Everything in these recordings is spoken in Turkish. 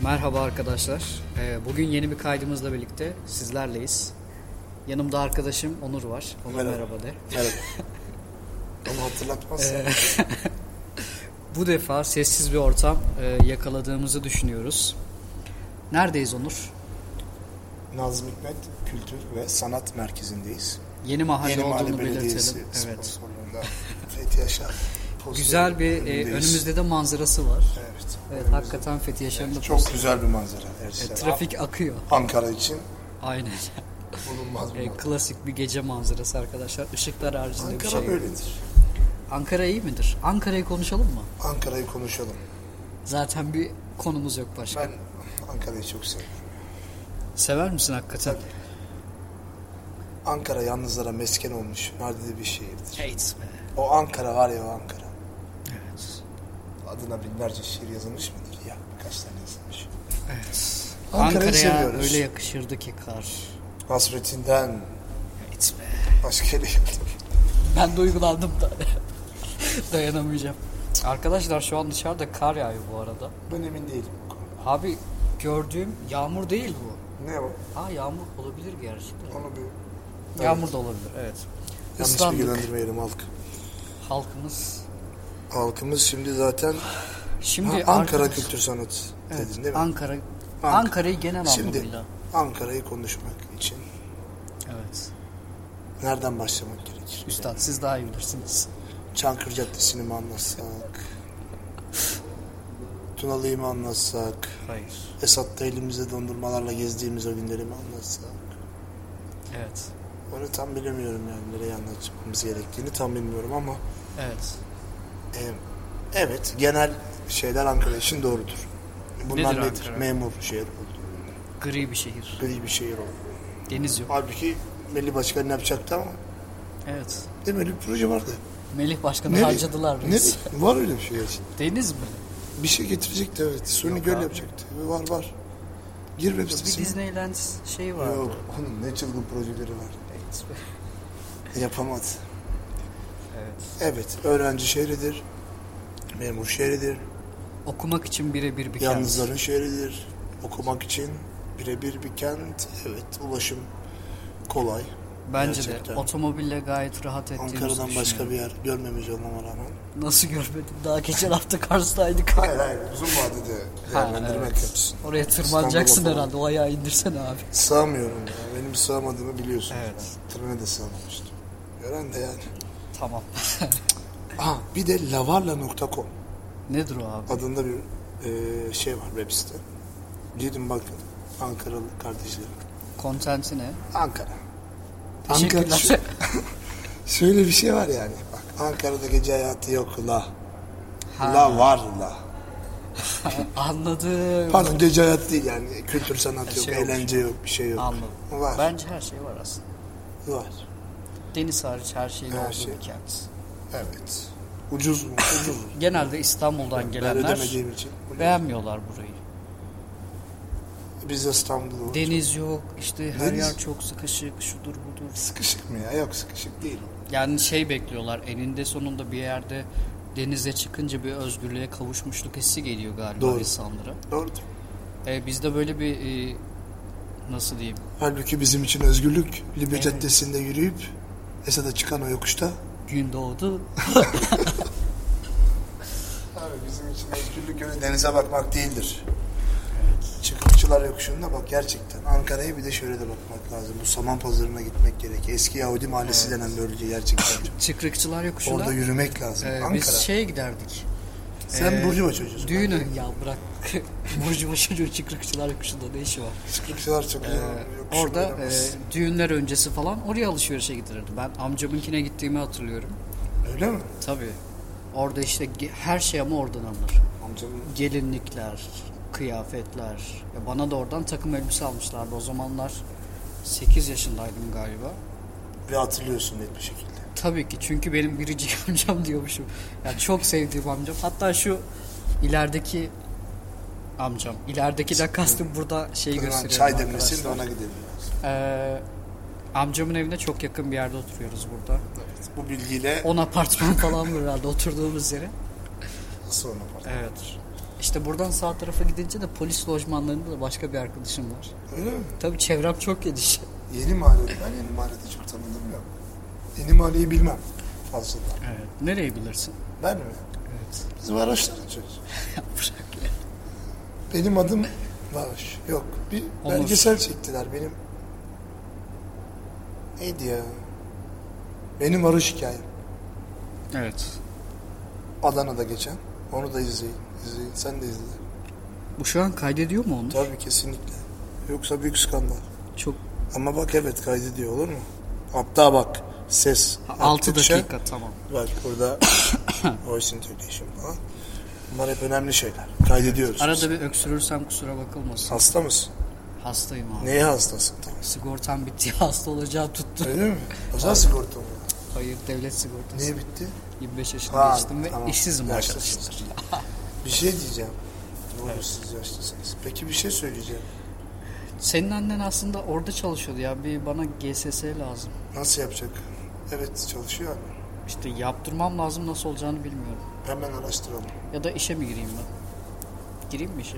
Merhaba arkadaşlar. Ee, Bugün yeni bir kaydımızla birlikte sizlerleyiz. Yanımda arkadaşım Onur var. Onur merhaba, Merhaba. de. Evet. Onu hatırlatmazsan. Ee, Bu defa sessiz bir ortam e, yakaladığımızı düşünüyoruz. Neredeyiz Onur? Nazım Hikmet Kültür ve Sanat Merkezi'ndeyiz. Yeni mahalle Yeni Mahalle olduğunu Belediyesi belirtelim. Evet. sponsorluğunda Fethi Yaşar. posteri Güzel bir e, önündeyiz. önümüzde de manzarası var. Evet. Evet, önümüzde. hakikaten Fethi Yaşar'ın da Çok post- güzel bir manzara. E, Evet. trafik akıyor. Ankara için Aynen. bulunmaz bir E, manzara. klasik bir gece manzarası arkadaşlar. Işıklar haricinde bir Ankara şey. yok. böyledir. Ankara iyi midir? Ankara'yı konuşalım mı? Ankara'yı konuşalım. Zaten bir konumuz yok başka. Ben Ankara'yı çok seviyorum. Sever misin hakikaten? Ankara yalnızlara mesken olmuş nadide bir şehirdir. Hates be. O Ankara var ya o Ankara. Evet. Adına binlerce şiir yazılmış mıdır? Ya birkaç tane yazılmış. evet. Ankara'yı Ankara'ya seviyoruz. öyle yakışırdı ki kar. Hasretinden Hates be. başka yere gittim. Ben duygulandım da. Dayanamayacağım. Arkadaşlar şu an dışarıda kar yağıyor bu arada. Ben emin değilim. Abi gördüğüm yağmur değil bu. Ne o? Ha yağmur olabilir gerçekten. Onu bir Yağmur da olabilir evet. yanlış Islandık bilgilendirmeyelim halk. halkımız. Halkımız şimdi zaten Şimdi Ha, Ankara arkadaş- Kültür Sanat Evet, dedin değil mi? Ankara Ankara'yı genel Şimdi- anlamıyla. Ankara'yı konuşmak için Evet. nereden başlamak gerekir? Üstad siz daha iyi bilirsiniz. Çankırı Caddesi'ni mi anlatsak? Tunalı'yı mı anlatsak? Hayır. Esat'ta elimizde dondurmalarla gezdiğimiz o günleri mi anlatsak? Evet. Onu tam bilemiyorum yani nereye anlatmamız gerektiğini tam bilmiyorum ama Evet. Ee, Evet, genel şeyler Ankara için doğrudur. Bunlar Nedir nedir? Ankara? Memur şehir oldu. Gri bir şehir. Gri bir şehir oldu. Deniz yok. Halbuki Melih Başkan ne yapacaktı ama? Evet. Değil mi? Öyle bir proje vardı. Melih Başkan'ı Nereye? harcadılar reis. Nereye? Var öyle bir şey. gerçekten. Deniz mi? Bir şey getirecekti evet. Suni Yok Göl abi. yapacaktı. Var var. Gir web Bir sitesine. Disneyland şeyi var. Yok. Onun ne çılgın projeleri var. Evet. Yapamadı. evet. Evet. Öğrenci şehridir. Memur şehridir. Okumak için birebir bir Yalnızların şehridir. Okumak için birebir bir kent. Evet, ulaşım kolay. kent. Bence Gerçekten. de otomobille gayet rahat ettiğimizi Ankara'dan başka düşünüyorum. bir yer görmemiş olmama rağmen. Nasıl görmedim? Daha geçen hafta Kars'taydık. Hayır hayır, uzun vadede değerlendirmek evet. yapsın. Oraya tırmanacaksın İstanbul'a herhalde. O ayağı indirsene abi. Sığamıyorum ya, benim sığamadığımı biliyorsun. Evet. Trene de sığamamıştım. Gören de yani. Tamam. Aha, bir de lavarla.com Nedir o abi? adında bir e, şey var web site. Gidin bakın Ankaralı kardeşlerim. Kontenti ne? Ankara. Teşekkürler. şu- Şöyle bir şey var yani. Bak Ankara'da gece hayatı yok la. La var la. Anladım. Pardon gece hayatı değil yani. Kültür sanat yok, Şey olmuş. eğlence yok, bir şey yok. Anladım. Var. Bence her şey var aslında. Var. Deniz hariç her şeyin Her olduğu şey. bir kent. Evet. Ucuz mu? Ucuz. Genelde İstanbul'dan ben gelenler ödemediğim için. beğenmiyorlar burayı. Biz de İstanbul'u. Deniz yok, işte her Deniz- yer çok sıkışık, şudur budur. Sıkışık mı ya? Yok sıkışık değil. Yani şey bekliyorlar, eninde sonunda bir yerde denize çıkınca bir özgürlüğe kavuşmuşluk hissi geliyor galiba Doğru. insanlara. Doğrudur. E, bizde böyle bir e, nasıl diyeyim? Halbuki bizim için özgürlük. Libya Evet. Caddesi'nde yürüyüp Esad'a çıkan o yokuşta. Gün doğdu. Abi bizim için özgürlük öyle denize bakmak değildir. Çıkıkçılar yokuşunda bak gerçekten Ankara'ya bir de şöyle de bakmak lazım. Bu saman pazarına gitmek gerek. Eski Yahudi mahallesi denen bölge gerçekten. Çıkrıkçılar yokuşunda. Orada yürümek lazım. e, Ankara. biz şeye giderdik. Sen e, Burcuva çocuğusun. Düğünü ya bırak. Burcu çocuğu çıkrıkçılar yokuşunda ne işi var? Çıkıkçılar çok iyi. Ee, orada e, düğünler öncesi falan oraya alışverişe gidilirdi. Ben amcamınkine gittiğimi hatırlıyorum. ee, Öyle mi? Tabii. Orada işte ge- her şey ama oradan alınır. Amcamın Gelinlikler, kıyafetler. Ya bana da oradan takım elbise almışlardı. O zamanlar 8 yaşındaydım galiba. ve hatırlıyorsun net bir şekilde. Tabii ki çünkü benim biricik amcam diyormuşum. Yani çok sevdiğim amcam. Hatta şu ilerideki amcam. İlerideki de kastım burada şeyi Hemen gösteriyorum çay demlesin de arkadaşlar. ona gidelim. Ee, amcamın evine çok yakın bir yerde oturuyoruz burada. Evet, bu bilgiyle 10 apartman falan var herhalde oturduğumuz yere. sonra var. Evet. İşte buradan sağ tarafa gidince de polis lojmanlarında da başka bir arkadaşım var. Öyle mi? Tabii çevrem çok geniş. Yeni mahallede. Ben yeni mahallede çok tanıdım yok. Yeni mahalleyi bilmem fazla. da. Evet. Nereyi bilirsin? Ben mi? Evet. Biz varoşların çocuğu. Bırak Benim adım Varoş. Yok. Bir Onur. belgesel çektiler benim. Neydi ya? Benim Varoş hikayem. Evet. Adana'da geçen. Onu da izleyin. izleyin. Sen de izle. Bu şu an kaydediyor mu onu? Tabii kesinlikle. Yoksa büyük skandal. Çok. Ama bak evet kaydediyor olur mu? Hatta bak ses. Ha, 6 arttıkça- dakika tamam. Bak burada voice intonation falan. Bunlar hep önemli şeyler. Kaydediyoruz. Arada bir öksürürsem kusura bakılmasın. Hasta mısın? Hastayım abi. Neye hastasın? Tamam. Sigortam bitti. Hasta olacağı tuttu. Öyle mi? Özel sigorta mı? Hayır devlet sigortası. Niye bitti? 25 yaşında Ha, geçtim ve tamam. işsizim Yaşlısın. arkadaşlar. Bir şey diyeceğim. Ne olur siz yaşlısınız. Peki bir şey söyleyeceğim. Senin annen aslında orada çalışıyordu ya. Bir bana GSS lazım. Nasıl yapacak? Evet çalışıyor ama. İşte yaptırmam lazım nasıl olacağını bilmiyorum. Hemen araştıralım. Ya da işe mi gireyim ben? Gireyim mi işe?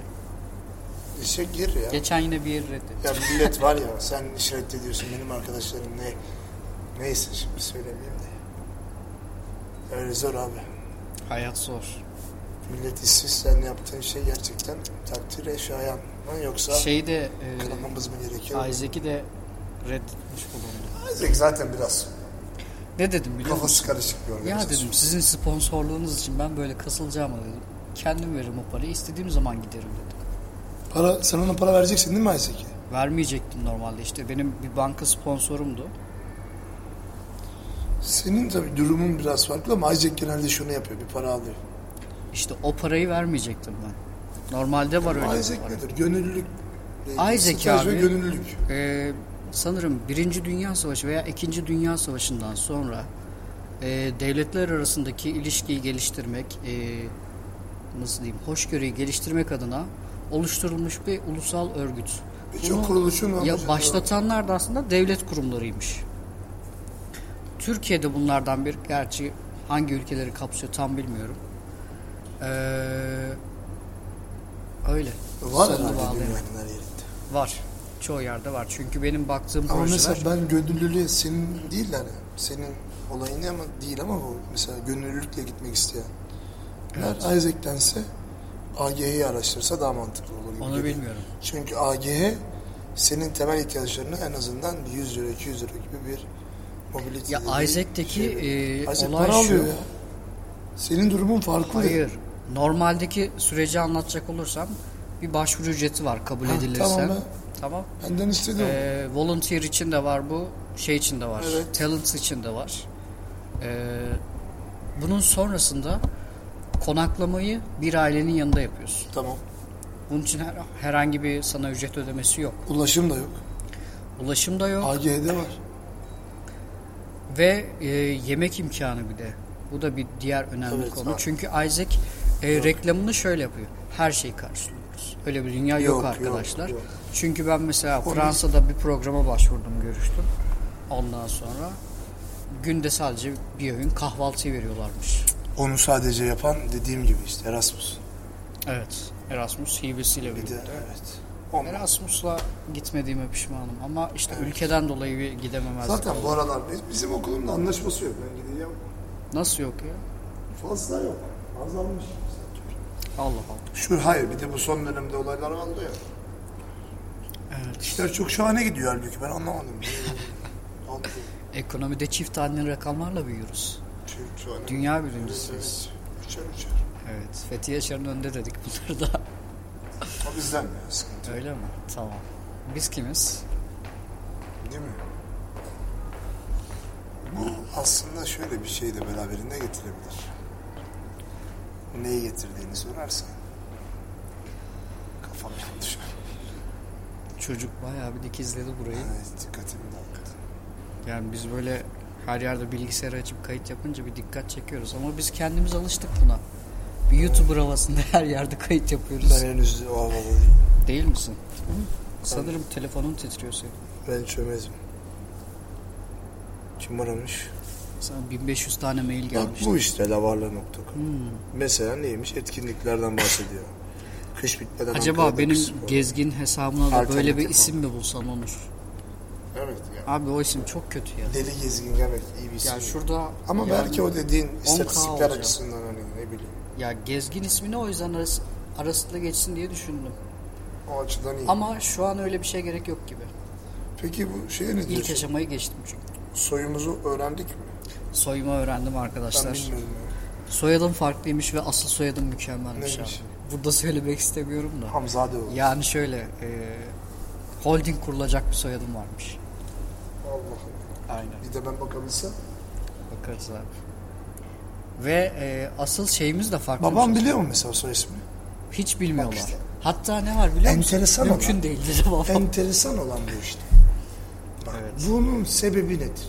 İşe gir ya. Geçen yine bir yer reddetti. Ya millet var ya sen işaret ediyorsun benim arkadaşlarım ne neyse şimdi söylemeyeyim de. Öyle zor abi. Hayat zor. Millet işsiz sen yaptığın şey gerçekten takdire şayan. Ama yoksa Şeyi de kınamamız mı gerekiyor? e, Isaac'i e, de reddetmiş bulundu. Isaac zaten biraz Ne dedim biliyor musun? kafası karışık bir Ya organizasyon. dedim sizin sponsorluğunuz için ben böyle kasılacağım dedim. Kendim veririm o parayı istediğim zaman giderim dedim. Para, sen ona para vereceksin değil mi Isaac'e? Vermeyecektim normalde işte benim bir banka sponsorumdu. Senin tabii durumun biraz farklı ama Isaac genelde şunu yapıyor bir para alıyor. İşte o parayı vermeyecektim ben. Normalde var öyle bir Isaac para. nedir? Gönüllülük. Isaac Staj ve abi. gönüllülük. Ee, sanırım Birinci Dünya Savaşı veya İkinci Dünya Savaşı'ndan sonra e, devletler arasındaki ilişkiyi geliştirmek, e, nasıl diyeyim, hoşgörüyü geliştirmek adına oluşturulmuş bir ulusal örgüt. Birçok Bunu kuruluşun ya amacı da- başlatanlar da aslında devlet kurumlarıymış. Türkiye'de bunlardan bir, gerçi hangi ülkeleri kapsıyor tam bilmiyorum. Ee, öyle. Var Sonunu herhalde bağlayamadım. dünyanın her yerinde. Var. Çoğu yerde var. Çünkü benim baktığım Ama projeler... mesela ben gönüllülüğe senin değil yani senin olayın ama değil ama bu mesela gönüllülükle gitmek isteyen. Eğer Isaac'tense AGH'yi araştırsa daha mantıklı olur. gibi Onu geliyor. bilmiyorum. Çünkü AGH senin temel ihtiyaçlarını en azından 100 lira 200 lira gibi bir mobilite. Ya dediği Isaac'teki, şey veriyor. e, Isaac olay para alıyor şu. ya. Senin durumun farklı. Hayır. Normaldeki süreci anlatacak olursam bir başvuru ücreti var kabul Ha, edilirse. tamam be. Tamam. Benden istedi o. Ee, volunteer için de var bu. Şey için de var. Evet. Talents için de var. Ee, bunun sonrasında konaklamayı bir ailenin yanında yapıyorsun. Tamam. Bunun için her- herhangi bir sana ücret ödemesi yok. Ulaşım da yok. Ulaşım da yok. AGH'de var. Ve e, yemek imkanı bir de. Bu da bir diğer önemli Evet, konu. var. Çünkü Isaac e, reklamını şöyle yapıyor. Her şeyi karşılıyoruz. Öyle bir dünya yok, Yok, yok, arkadaşlar. yok. Çünkü ben mesela Fransa'da bir programa başvurdum, görüştüm. Ondan sonra günde sadece bir öğün kahvaltı veriyorlarmış. Onu sadece yapan dediğim gibi işte Erasmus. Evet. Erasmus hibesiyle Bir de birlikte. evet. Onlar- Erasmus'la gitmediğime pişmanım ama işte ülkeden dolayı bir gidememezdim. Zaten bu aralar biz- bizim okulun da anlaşması yok. Ben gideceğim. Nasıl yok ya? Fazla yok. Azalmış. Allah Allah. Şu hayır bir de bu son dönemde olaylar oldu ya. Evet. İşler çok şahane gidiyor halbuki ben anlamadım. Anladım. Ekonomide çift haneli rakamlarla büyüyoruz. Çok şahane. Dünya birincisiyiz. Evet, Uçar uçar. Evet. Fethi Yaşar'ın önde dedik bunları da. O bizden ya sıkıntı Öyle mi? Tamam. Biz kimiz? değil mi? Bu aslında şöyle bir şey de beraberinde getirebilir. Neyi getirdiğini sorarsan. Kafam şey. yandı şu an. Çocuk bayağı bir dikizledi burayı. Evet dikkatimi dağıttı. Yani biz böyle her yerde bilgisayarı açıp kayıt yapınca bir dikkat çekiyoruz. Ama biz kendimiz alıştık buna. Bir YouTuber havasında her yerde kayıt yapıyoruz. Ben henüz o havada değilim. Değil misin? Sanırım telefonun titriyor senin. Ben çömezim. Kim aramış? Sana 1500 tane mail Bak gelmiş. Hmm. bu işte lavarla.com. Mesela neymiş? Etkinliklerden bahsediyor. Kış bitmeden Acaba Ankara'da benim kış spor. gezgin hesabına da Alternatif böyle bir o. isim mi bulsam Onur? Evet ya. Abi o isim çok kötü ya. Deli gezgin evet iyi bir isim. Ya şurada Ama yani- belki o dediğin istatistikler olacak. açısından hani ne bileyim. ya gezgin ismini o yüzden arası, arasında geçsin diye düşündüm. O açıdan iyi. Ama şu an öyle bir şey gerek yok gibi. Peki bu şey ne İlk diyorsun? aşamayı geçtim çünkü. Soyumuzu öğrendik mi? Soyumu öğrendim Ben arkadaşlar. bilmiyorum. Soyadım farklıymış ve asıl soyadım mükemmelmiş abi. Neymiş? Burada söylemek istemiyorum da. Hamzade oldu. Yani şöyle e, holding kurulacak bir soyadım varmış. Allah Allah. Aynen. Bir de ben bakabilsem. Bakarız abi. Ve e, asıl şeyimiz de farklı. şey. Babam biliyor mu mesela soy ismini? Hiç bilmiyorlar. Bak işte. Hatta ne var biliyor musun? Enteresan Mümkün olan. değil dedi babam. Enteresan olan bu işte. Bak, Evet. Bunun sebebi nedir?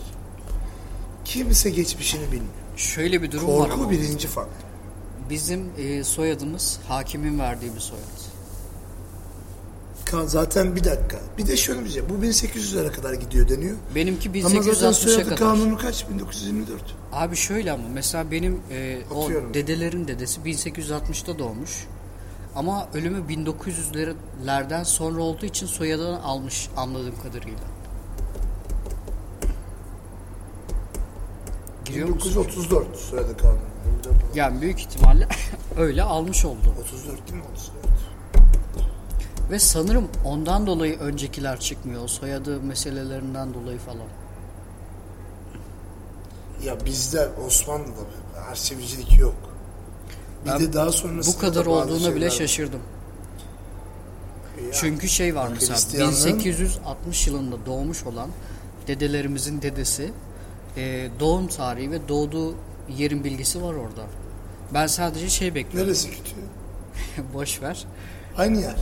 Kimse geçmişini bilmiyor. Şöyle bir durum var Korku ama. birinci faktör. Bizim e, soyadımız hakimin verdiği bir soyad. Ka- Zaten bir dakika. Bir de şöyle bir şey. Bu 1800'lere kadar gidiyor deniyor. Benimki Ama zaten 1860'a soyadı kadar. kanunu kaç? 1924. Abi şöyle ama mesela benim e, o Atıyorum. dedelerin dedesi 1860'ta doğmuş. Ama ölümü 1900'lerden sonra olduğu için soyadını almış anladığım kadarıyla. Giriyor musun? 1934 soyadı kanunu. 1934. Yani büyük ihtimalle öyle almış oldu. 34 değil mi? 34. Ve sanırım ondan dolayı öncekiler çıkmıyor. O Soyadı meselelerinden dolayı falan. Ya bizde Osmanlı'da arşivcilik yok. Bir Ben de daha sonrasında Bu kadar da bazı olduğuna bile şeyler- şaşırdım. Ya, Çünkü şey var mesela Hristiyanlığın- 1860 yılında doğmuş olan dedelerimizin dedesi e, doğum tarihi ve doğduğu yerin bilgisi var orada. Ben sadece şey bekliyorum. Neresi kötü? Boş ver. Aynı yer.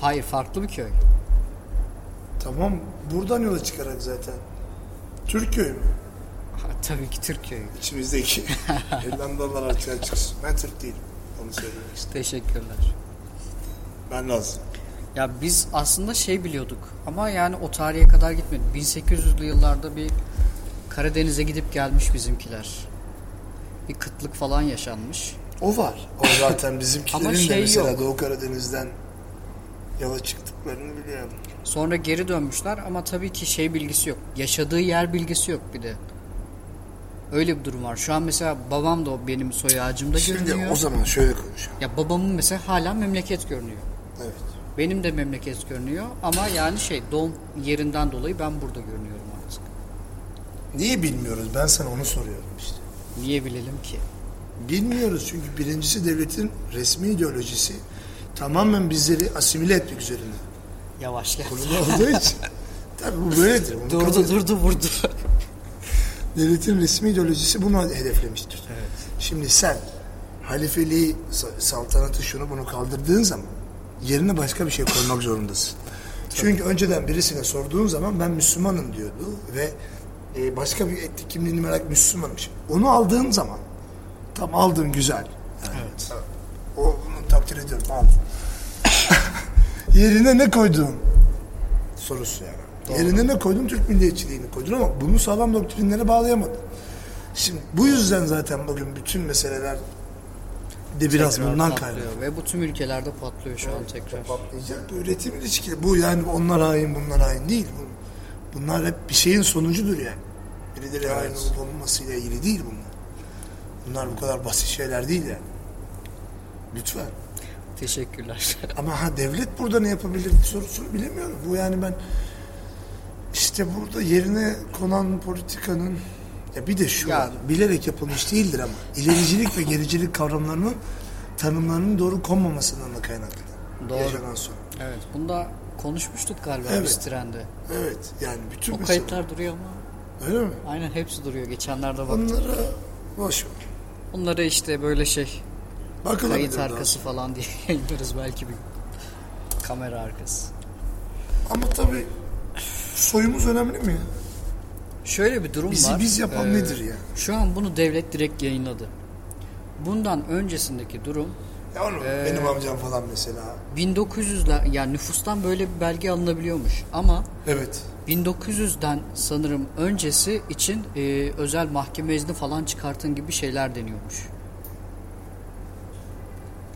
Hayır farklı bir köy. Tamam. Buradan yola çıkarak zaten. Türköy mü? Ha, Tabii ki Türk köyü. İçimizdeki. Hollandalılar artık çıksın. Ben Türk değilim. Onu söyleyeyim. Teşekkürler. Ben lazım. Ya biz aslında şey biliyorduk ama yani o tarihe kadar gitmedi. 1800'lü yıllarda bir Karadeniz'e gidip gelmiş bizimkiler. Bir kıtlık falan yaşanmış. O var. O zaten bizimkilerin Ama de şey mesela yok. Doğu Karadeniz'den yola çıktıklarını biliyorum. Sonra geri dönmüşler ama tabii ki şey bilgisi yok. Yaşadığı yer bilgisi yok bir de. Öyle bir durum var. Şu an mesela babam da o benim soy ağacımda Şimdi görünüyor. o zaman şöyle konuşalım. Ya babamın mesela hala memleket görünüyor. Evet. Benim de memleket görünüyor ama yani şey doğum yerinden dolayı ben burada görünüyorum artık. Niye bilmiyoruz? Ben sana onu soruyorum işte. Niye bilelim ki? Bilmiyoruz çünkü birincisi devletin resmi ideolojisi tamamen bizleri asimile etmek üzerine Yavaş gel. kurulu olduğu için. Tabii bu böyledir. Onu kabul Durdu ediyorum. durdu vurdu. Devletin resmi ideolojisi bunu hedeflemiştir. Şimdi sen halifeliği, sa- saltanatı şunu bunu kaldırdığın zaman yerine başka bir şey koymak zorundasın. Çünkü önceden birisine sorduğun zaman ben Müslümanım diyordu ve e, başka bir etnik kimliğini merak Müslümanım. Şimdi onu aldığın zaman tam aldın güzel. Evet. O bunu takdir ediyorum aldın. Yerine ne koydun? Sorusu yani. Yerine ne koydun? Türk milliyetçiliğini koydun ama bunu sağlam doktrinlere bağlayamadın. Şimdi bu yüzden zaten bugün bütün meseleler de biraz Tekrar bundan patlıyor. kaynaklı. Ve bu tüm ülkelerde patlıyor şu an tekrar. Patlayacak bu üretim ilişkili. Bu yani onlar hain bunlar hain değil. Bu- Bunlar hep bir şeyin sonucudur yani. Birileri hain olup olmamasıyla ilgili değil bunlar. Bunlar bu kadar basit şeyler değil yani. Lütfen. Teşekkürler. Ama ha devlet burada ne yapabilir sorusunu bilemiyorum. Bu yani ben işte burada yerine konan politikanın ya bir de şu Ya- var, bilerek yapılmış değildir ama ilericilik ve gericilik kavramlarının tanımlarının doğru konmamasından da kaynaklı. Doğru. Yaşanan sorun. evet. Bunda konuşmuştuk galiba Evet. biz trende. Evet yani bütün O mesele- kayıtlar duruyor ama Öyle mi? aynen hepsi duruyor. Geçenlerde bak. Onlara boş ver. Onlara işte böyle şey Bakılabilir kayıt daha arkası falan diye yayınlarız belki bir kamera arkası. sonra. Ama tabii soyumuz önemli mi? ya? Şöyle bir durum Bizi var. biz yapan Ee, nedir ya? Şu an bunu devlet direkt yayınladı. Bundan öncesindeki durum Ya oğlum ee, benim amcam falan mesela. 1900'ler yani nüfustan böyle bir belge alınabiliyormuş ama Evet. 1900'den sanırım öncesi için e, özel mahkeme izni falan çıkartın gibi şeyler deniyormuş.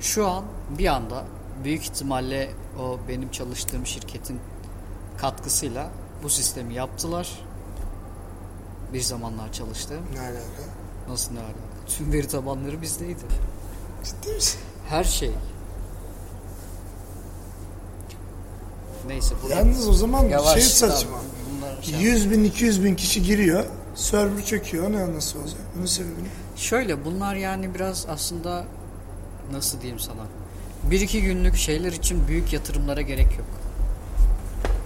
Şu an bir anda büyük ihtimalle o benim çalıştığım şirketin katkısıyla bu sistemi yaptılar. Bir zamanlar çalıştığım. Ne alaka? Nasıl ne alaka? Tüm veri tabanları bizdeydi. Ciddi misin? Her şey. Neyse. bu- Yalnız o zaman şey tamam. saçma. Bunlar şey- 100 bin 200 bin kişi giriyor. Server çöküyor. Ne nasıl olacak? Bunun sebebi ne? Şöyle bunlar yani biraz aslında nasıl diyeyim sana? Bir iki günlük şeyler için büyük yatırımlara gerek yok.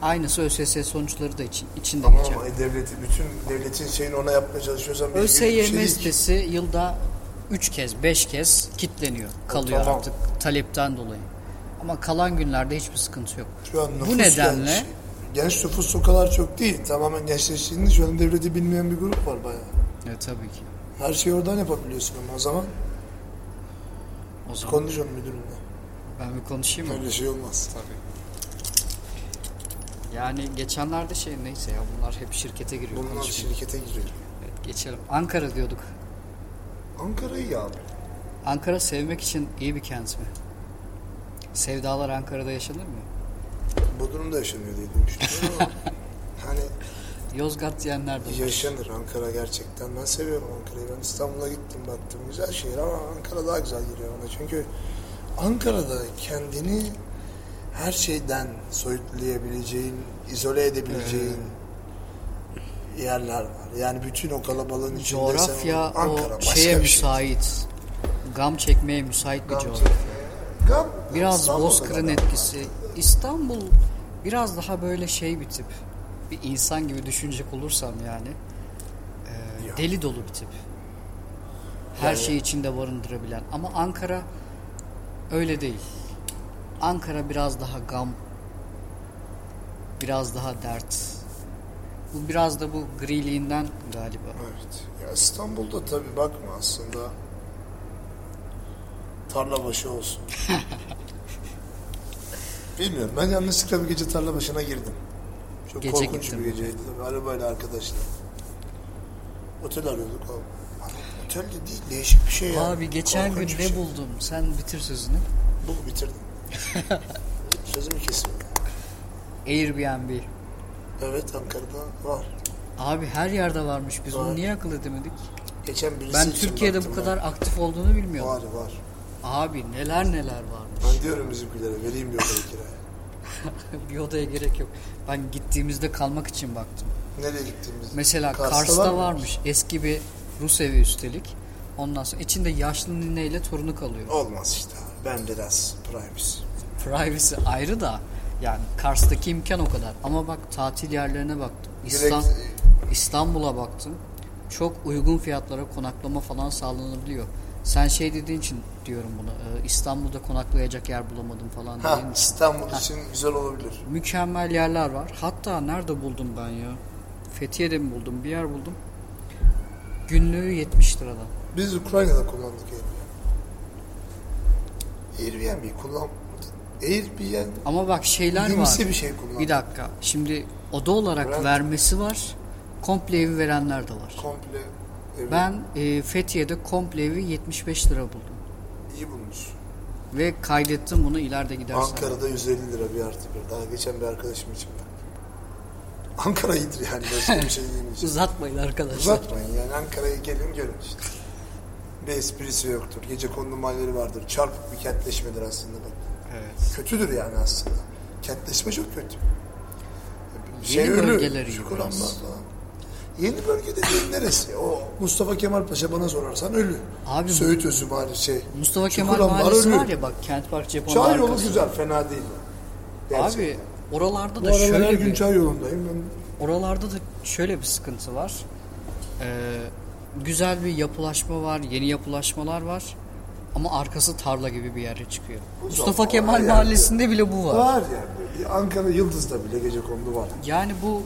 Aynısı ÖSS sonuçları da için, içinde Tamam geçer. ama devleti, bütün devletin şeyini ona yapmaya çalışıyorsan... biz gibi bir ÖSYM şey değil ki. sitesi yılda 3 kez 5 kez kitleniyor. Kalıyor tamam. artık talepten dolayı. Ama kalan günlerde hiçbir sıkıntı yok. Şu an nüfus Bu nedenle genç. Genç nüfus o kadar çok değil. Tamamen gençleştiğinde şu an devleti bilmeyen bir grup var bayağı. e, tabii ki. Her şeyi oradan yapabiliyorsun ama o zaman O zaman konuş onun müdürünle. ben bir konuşayım mı? Öyle şey olmaz. Tabii. Yani geçenlerde şey neyse ya bunlar hep şirkete giriyor. Bunlar konuşmayayım. şirkete giriyor. Evet, geçelim. Ankara diyorduk. Ankara iyi abi. Ankara sevmek için iyi bir kent mi? Sevdalar Ankara'da yaşanır mı? Bodrum'da yaşanıyor diye duymuştum ama hani Yozgat diyenler de var. yaşanır Ankara gerçekten. Ben seviyorum Ankara'yı. Ben İstanbul'a gittim baktım. Güzel şehir ama Ankara daha güzel geliyor bana. Çünkü Ankara'da kendini her şeyden soyutlayabileceğin, izole edebileceğin yerler var. Yani bütün o kalabalığın içinde sen Coğrafya onu- Ankara o başka şeye bir şey. müsait. Gam çekmeye müsait bir Gam coğrafya. çekmeye. Gam, Biraz İstanbul'da Bozkır'ın da. etkisi. İstanbul biraz daha böyle şey bir tip. Bir insan gibi düşünecek olursam yani. e, Ya. deli dolu bir tip. Her Yani- şeyi içinde barındırabilen. Ama Ankara öyle değil. Ankara biraz daha gam. Biraz daha dert. Bu biraz da bu griliğinden galiba. Evet. Ya İstanbul'da tabii bakma aslında Tarlabaşı olsun. Bilmiyorum. Ben yanlışlıkla bir gece Tarlabaşı'na girdim. Çok Gece korkunç gittim. bir geceydi. Tabii Arabayla arkadaşlar. Otel arıyorduk. Abi, Otel de değil. Değişik bir şey ya. Abi geçen gün Korkunç ne bir şey. buldum? Sen bitir sözünü. Bu bitirdim. Sözümü kesin. Airbnb. Evet Ankara'da var. Abi her yerde varmış. Biz bunu Var. niye akıl edemedik? Geçen birisi Ben için Türkiye'de bu baktım kadar aktif olduğunu ben. bilmiyorum. Var var. Abi neler neler varmış. Ben diyorum bizimkilere vereyim bir odayı kiraya. bir odaya gerek yok. Ben gittiğimizde kalmak için baktım. Nereye gittiğimizde? Mesela Kars'ta Kars'ta var mı? varmış. Eski bir Rus evi üstelik. Ondan sonra içinde yaşlı nineyle torunu kalıyor. Olmaz işte. Ben biraz privacy. Privacy ayrı da yani Kars'taki imkan o kadar. Ama bak tatil yerlerine baktım. Direkt- İstan- İstanbul'a baktım. Çok uygun fiyatlara konaklama falan sağlanabiliyor. Sen şey dediğin için diyorum bunu. e, İstanbul'da konaklayacak yer bulamadım falan Ha, dediğin için. İstanbul için güzel olabilir. Mükemmel yerler var. Hatta nerede buldum ben ya? Fethiye'de mi buldum? Bir yer buldum. Günlüğü 70 liradan. Biz Ukrayna'da kullandık Airbnb. Airbnb kullanmadık. Airbnb Ama bak şeyler var. Birincisi bir şey kullandık. Bir dakika. Şimdi oda olarak Rent. vermesi var. Komple evi verenler de var. komple evi Ben e, Fethiye'de komple evi 75 lira buldum. iyi bulmuş. Ve kaydettim bunu ileride gidersen. Ankara'da 150 lira bir artı bir. Daha geçen bir arkadaşım için baktım. Ankara iyidir yani. Başka bir şey değil. Uzatmayın arkadaşlar. Uzatmayın yani Ankara'ya gelin görün işte. Bir esprisi yoktur. Gece kondu mahalleleri vardır. Çarpık bir kentleşmedir aslında bak. Evet. kötüdür yani aslında. Kentleşme çok kötü. Şey Yeni bölgeler iyi şu biraz. Kur'an'da falan. Yeni bölge dediğin neresi? O Mustafa Kemal Paşa bana sorarsan ölü. Abi- Söğüt Özü Mahallesi şey. Mustafa Şu Kemal Kur'an Mahallesi ölü. var ya bak Kent Park Cephanı Çay yolu arkası. güzel, fena değil. Abi Gerçekten. oralarda bu da aralar her şöyle gün bir, çay yolundayım. Ben oralarda da şöyle bir sıkıntı var. Ee, güzel bir yapılaşma var, yeni yapılaşmalar var. Ama arkası tarla gibi bir yere çıkıyor. Bu Mustafa zaman Kemal var yani. Mahallesi'nde bile bu var. var yani. Bir Ankara Yıldız'da bile gece kondu var. Yani bu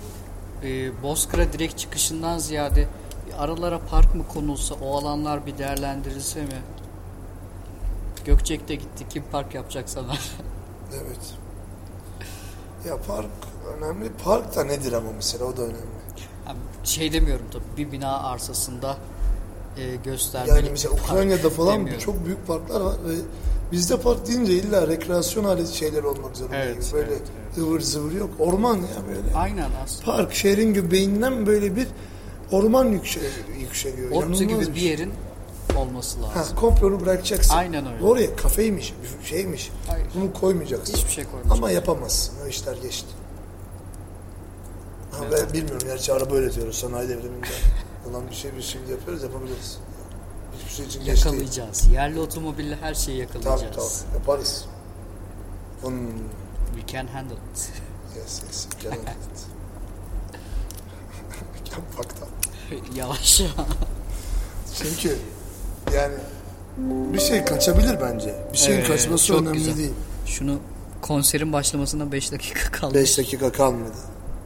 e, Bozkır'a direkt çıkışından ziyade bir aralara park mı konulsa, o alanlar bir değerlendirilse mi? Gökçek'te gitti. Kim park yapacak sana? Evet. Ya park önemli. Park da nedir ama mesela o da önemli. Yani şey demiyorum tabii. Bir bina arsasında e, göstermeli. Yani mesela bir park Ukrayna'da falan demiyorum. çok büyük parklar var ve Bizde park deyince illa rekreasyon aleti şeyler olmak zorunda. Evet, değil. böyle evet, ıvır zıvır yok. Orman ya böyle. Aynen aslında. Park şehrin göbeğinden böyle bir orman yükseliyor. yükseliyor. Orta İnanılmaz gibi bir şey. yerin olması Ha, lazım. komploru bırakacaksın. Aynen öyle. Oraya kafeymiş, şeymiş. Hayır. Bunu koymayacaksın. Hiçbir şey koymayacaksın. Ama yapamazsın. O işler geçti. Ha, ben bilmiyorum. Gerçi araba öğretiyoruz sanayi devriminde. Olan bir şey biz şimdi yapıyoruz yapabiliriz. Hiçbir şey için geç değil. Yakalayacağız. Yerli otomobille her şeyi Tamam yakalayacağız. tamam yaparız. Hmm. We can handle it. Yes yes. Canım. Yapmaktan. Yavaş ya. Çünkü yani bir şey kaçabilir bence. Bir şeyin Evet, kaçması çok önemli güzel. değil. Şunu konserin başlamasına 5 dakika kaldı. 5 dakika kalmadı.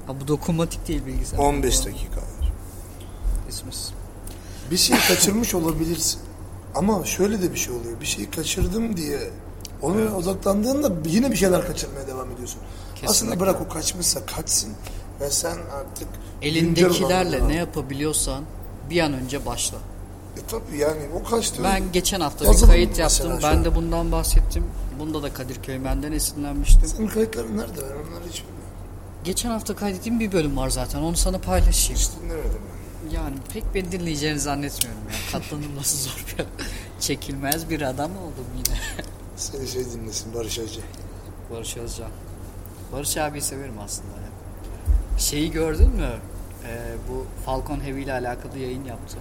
Ha, bu dokunmatik değil bilgisayar. 15 dakika var. Dismiss. Bir şey kaçırmış olabilirsin. Ama şöyle de bir şey oluyor. Bir şeyi kaçırdım diye ona odaklandığında yine bir şeyler kaçırmaya devam ediyorsun. Aslında Kesinlikle. bırak o kaçmışsa kaçsın ve sen artık güncel olanlara- Elindekilerle ne yapabiliyorsan bir an önce başla. E tabii yani o kaçtı. Ben geçen hafta bir Yazılım kayıt mesela yaptım. şu an. Ben de bundan bahsettim. Bunda da Kadir Köymen'den esinlenmiştim. Senin kayıtların nerede? Ben onları hiç bilmiyorum. Geçen hafta kaydettiğim bir bölüm var zaten. Onu sana paylaşayım. Hiç dinlemedim ben. Yani pek beni dinleyeceğini zannetmiyorum ya. Katlanılması zor bir Çekilmez bir adam oldum yine. Seni şey dinlesin Barış Hacı. Barış Özcan. Barış abiyi severim aslında ya. Şeyi gördün mü? Ee, bu Falcon Heavy ile alakalı yayın yaptı.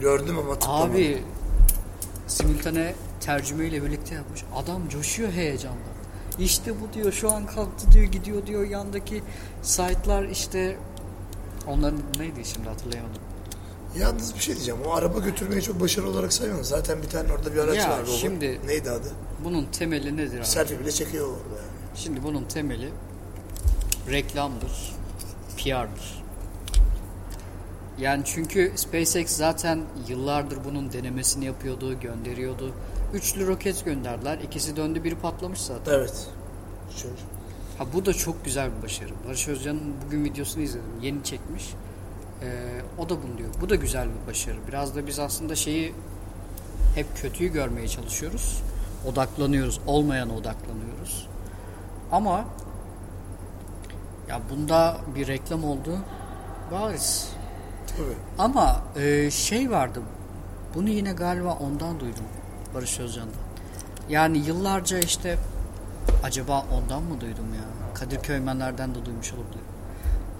Gördüm ama tıklamadım. Abi simultane tercümeyle birlikte yapmış. Adam coşuyor heyecandan. İşte bu diyor şu an kalktı diyor gidiyor diyor yandaki site'lar işte onların neydi şimdi hatırlayamadım. Yalnız bir şey diyeceğim. O araba götürmeyi çok başarılı olarak sayıyorsun. Zaten bir tane orada bir araç Ya var. baba. şimdi- Neydi adı? Bunun temeli nedir abi? Selfie bile çekiyor orada yani. Şimdi bunun temeli reklamdır, PR'dır. Yani çünkü SpaceX zaten yıllardır bunun denemesini yapıyordu, gönderiyordu. Üçlü roket gönderdiler. İkisi döndü, biri patlamış zaten. Evet. Çünkü Ha bu da çok güzel bir başarı. Barış Özcan'ın bugün videosunu izledim. Yeni çekmiş. Ee, o da bunu diyor. Bu da güzel bir başarı. Biraz da biz aslında şeyi hep kötüyü görmeye çalışıyoruz. Odaklanıyoruz. Olmayana odaklanıyoruz. Ama ya bunda bir reklam oldu. Bariz. tabii. Ama e, şey vardı. Bunu yine galiba ondan duydum. Barış Özcan'dan. Yani yıllarca işte acaba ondan mı duydum ya? Kadir Köymenlerden de duymuş olabilir.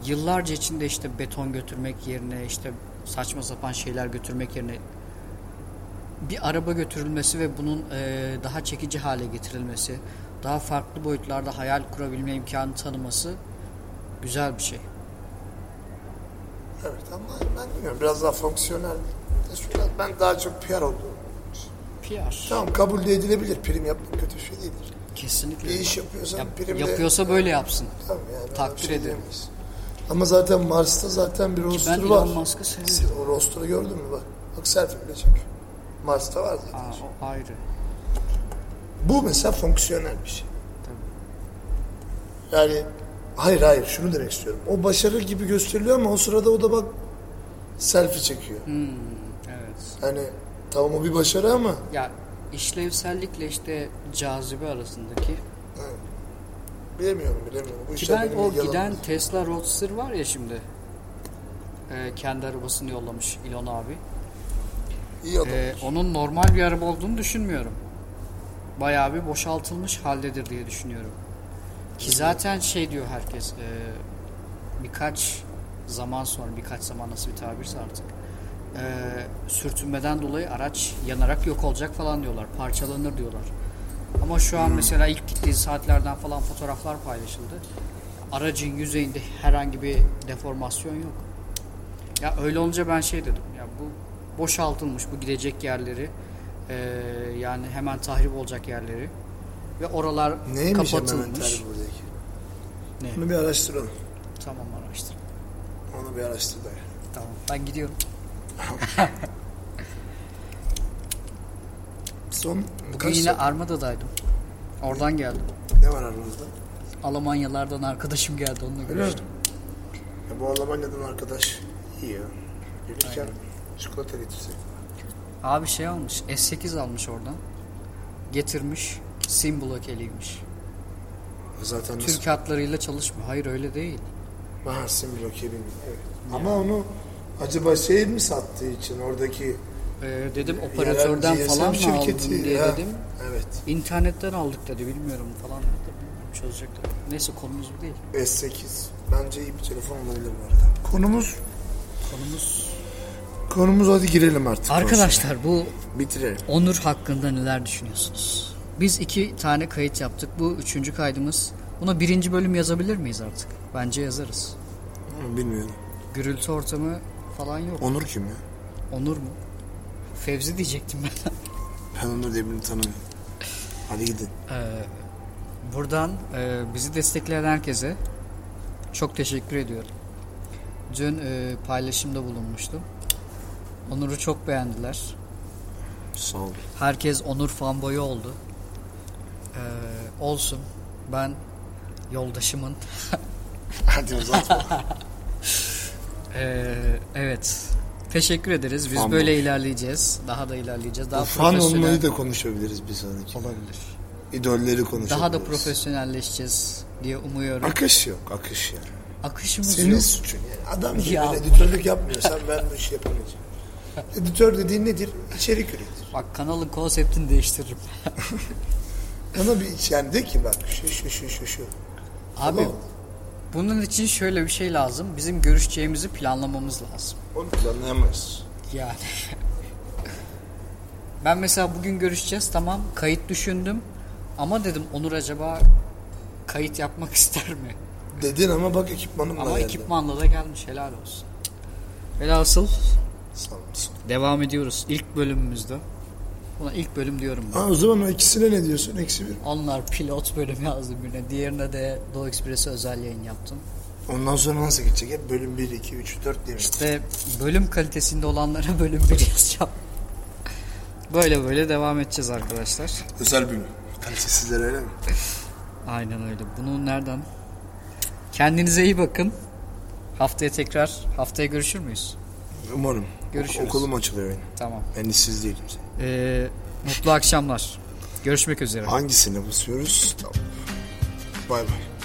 Yıllarca içinde işte beton götürmek yerine işte saçma sapan şeyler götürmek yerine bir araba götürülmesi ve bunun e, daha çekici hale getirilmesi, daha farklı boyutlarda hayal kurabilme imkanı tanıması güzel bir şey. Evet ama ben bilmiyorum. Biraz daha fonksiyonel. Şöyle ben daha çok PR oldum. PR. Tamam kabul de edilebilir. Prim yapmak kötü bir şey değildir. Kesinlikle. Bir iş yapıyorsan Yap- primle... yapıyorsa böyle yapsın. Tamam yani. ona bir Takdir şey ederim. diyemeyiz. Ama zaten Mars'ta zaten bir Ben roster var. Elon Musk'ı seviyorum. O roster'ı gördün mü bak. Bak selfie bile çekiyor. Mars'ta var zaten. Aa, o ayrı. Bu mesela fonksiyonel bir şey. Tabii. Yani hayır hayır şunu demek istiyorum. O başarı gibi gösteriliyor ama o sırada o da bak selfie çekiyor. Evet. Hani tamam o bir başarı ama Ya işlevsellikle işte cazibe arasındaki ha, bilemiyorum bilemiyorum. Bu ki işler ben benim o ilgi alanım. giden Tesla Roadster var ya şimdi Ee, kendi arabasını yollamış Elon abi. İyi adam. Ee, onun normal bir araba olduğunu düşünmüyorum. Bayağı bir boşaltılmış haldedir diye düşünüyorum. Ki zaten şey diyor herkes e, birkaç zaman sonra birkaç zaman nasıl bir tabirse artık e, sürtünmeden dolayı araç yanarak yok olacak falan diyorlar. Parçalanır diyorlar. Ama şu an mesela ilk gittiği saatlerden falan fotoğraflar paylaşıldı. Aracın yüzeyinde herhangi bir deformasyon yok. Ya öyle olunca ben şey dedim. Ya bu boşaltılmış bu gidecek yerleri e, yani hemen tahrip olacak yerleri ve oralar Neymiş hemen kapatılmış. buradaki? Ne? Bunu bir araştıralım. Tamam araştır. Onu bir araştır da. Tamam ben gidiyorum. Son Bugün kaç yine saat- Armada'daydım. Oradan geldim. ne var aranızda? Almanyalardan arkadaşım geldi onunla Öyle mi? görüştüm. Ya bu Almanya'dan arkadaş iyi ya. Gelirken çikolata getirsek. Abi şey almış S8 almış oradan. getirmiş Simbulak eliymiş. Zaten nasıl? Türk hatlarıyla çalışmıyor. Hayır öyle değil. Ha, Simbilok bilmiyorum. Evet. Ama onu acaba şey mi sattığı için oradaki Ee, dedim yerel operatörden GSM falan mı aldın diye Ha, dedim. Evet. İnternetten aldık dedi bilmiyorum falan. dedi. Bilmiyorum, Çözecekler. Neyse konumuz bu değil. S8. Bence iyi bir telefon olabilir bu arada. Konumuz Konumuz konumuz hadi girelim artık. Arkadaşlar bu Bitirelim. Onur hakkında neler düşünüyorsunuz? Biz iki tane kayıt yaptık. Bu üçüncü kaydımız. Buna birinci bölüm yazabilir miyiz artık? Bence yazarız. Bilmiyorum. Gürültü ortamı falan yok. Onur kim ya? Onur mu? Fevzi diyecektim ben. Ben Onur diye birini tanımıyorum. Hadi gidin. Ee, buradan e, bizi destekleyen herkese çok teşekkür ediyorum. Dün e, paylaşımda bulunmuştum. Onur'u çok beğendiler. Sağ ol. Herkes Onur fanboyu oldu. Ee, olsun. Ben yoldaşımın Hadi uzatma. Ee, evet. Teşekkür ederiz. Biz Fan böyle ilerleyeceğiz. Daha da ilerleyeceğiz. Daha Fan profesyonel olmayı da konuşabiliriz bir sonraki. olabilir. İdolleri konuşabiliriz. Daha da profesyonelleşeceğiz diye umuyorum. Akış yok, akış yani. Akışımız Senin yok. suçun yani. Adam gibi Ya. editörlük yapmıyorsan ben bu işi yapamayacağım. Editör dediğin nedir? İçerik üretir. Bak kanalın konseptini değiştiririm. Ama bir iç- yani de ki bak şu şu şu şu şu. Abi Tamam. bunun için şöyle bir şey lazım. Bizim görüşeceğimizi planlamamız lazım. Onu planlayamayız. Yani. ben mesela bugün görüşeceğiz tamam. Kayıt düşündüm. Ama dedim Onur acaba kayıt yapmak ister mi? Dedin ama bak ekipmanımla Ama geldi. ekipmanla da gelmiş helal olsun. Velhasıl Sağ olasın. devam ediyoruz ilk bölümümüzde. Buna ilk bölüm diyorum ben. Ha, o zaman o ikisine ne diyorsun? Eksi bir. Onlar pilot bölüm yazdım birine. Diğerine de Doğu Ekspres'e özel yayın yaptım. Ondan sonra nasıl gidecek? Hep bölüm 1, 2, 3, 4 diye mi? Ve bölüm kalitesinde olanlara bölüm bir yazacağım. böyle böyle devam edeceğiz arkadaşlar. Özel bölüm. Kalitesizler öyle mi? Aynen öyle. Bunu nereden? Kendinize iyi bakın. Haftaya tekrar, haftaya görüşür müyüz? Umarım. Görüşürüz. Okulum açılıyor benim. Tamam. Ben işsiz değilim. Ee, mutlu akşamlar. Görüşmek üzere. Hangisine basıyoruz? Tamam. Bay bay.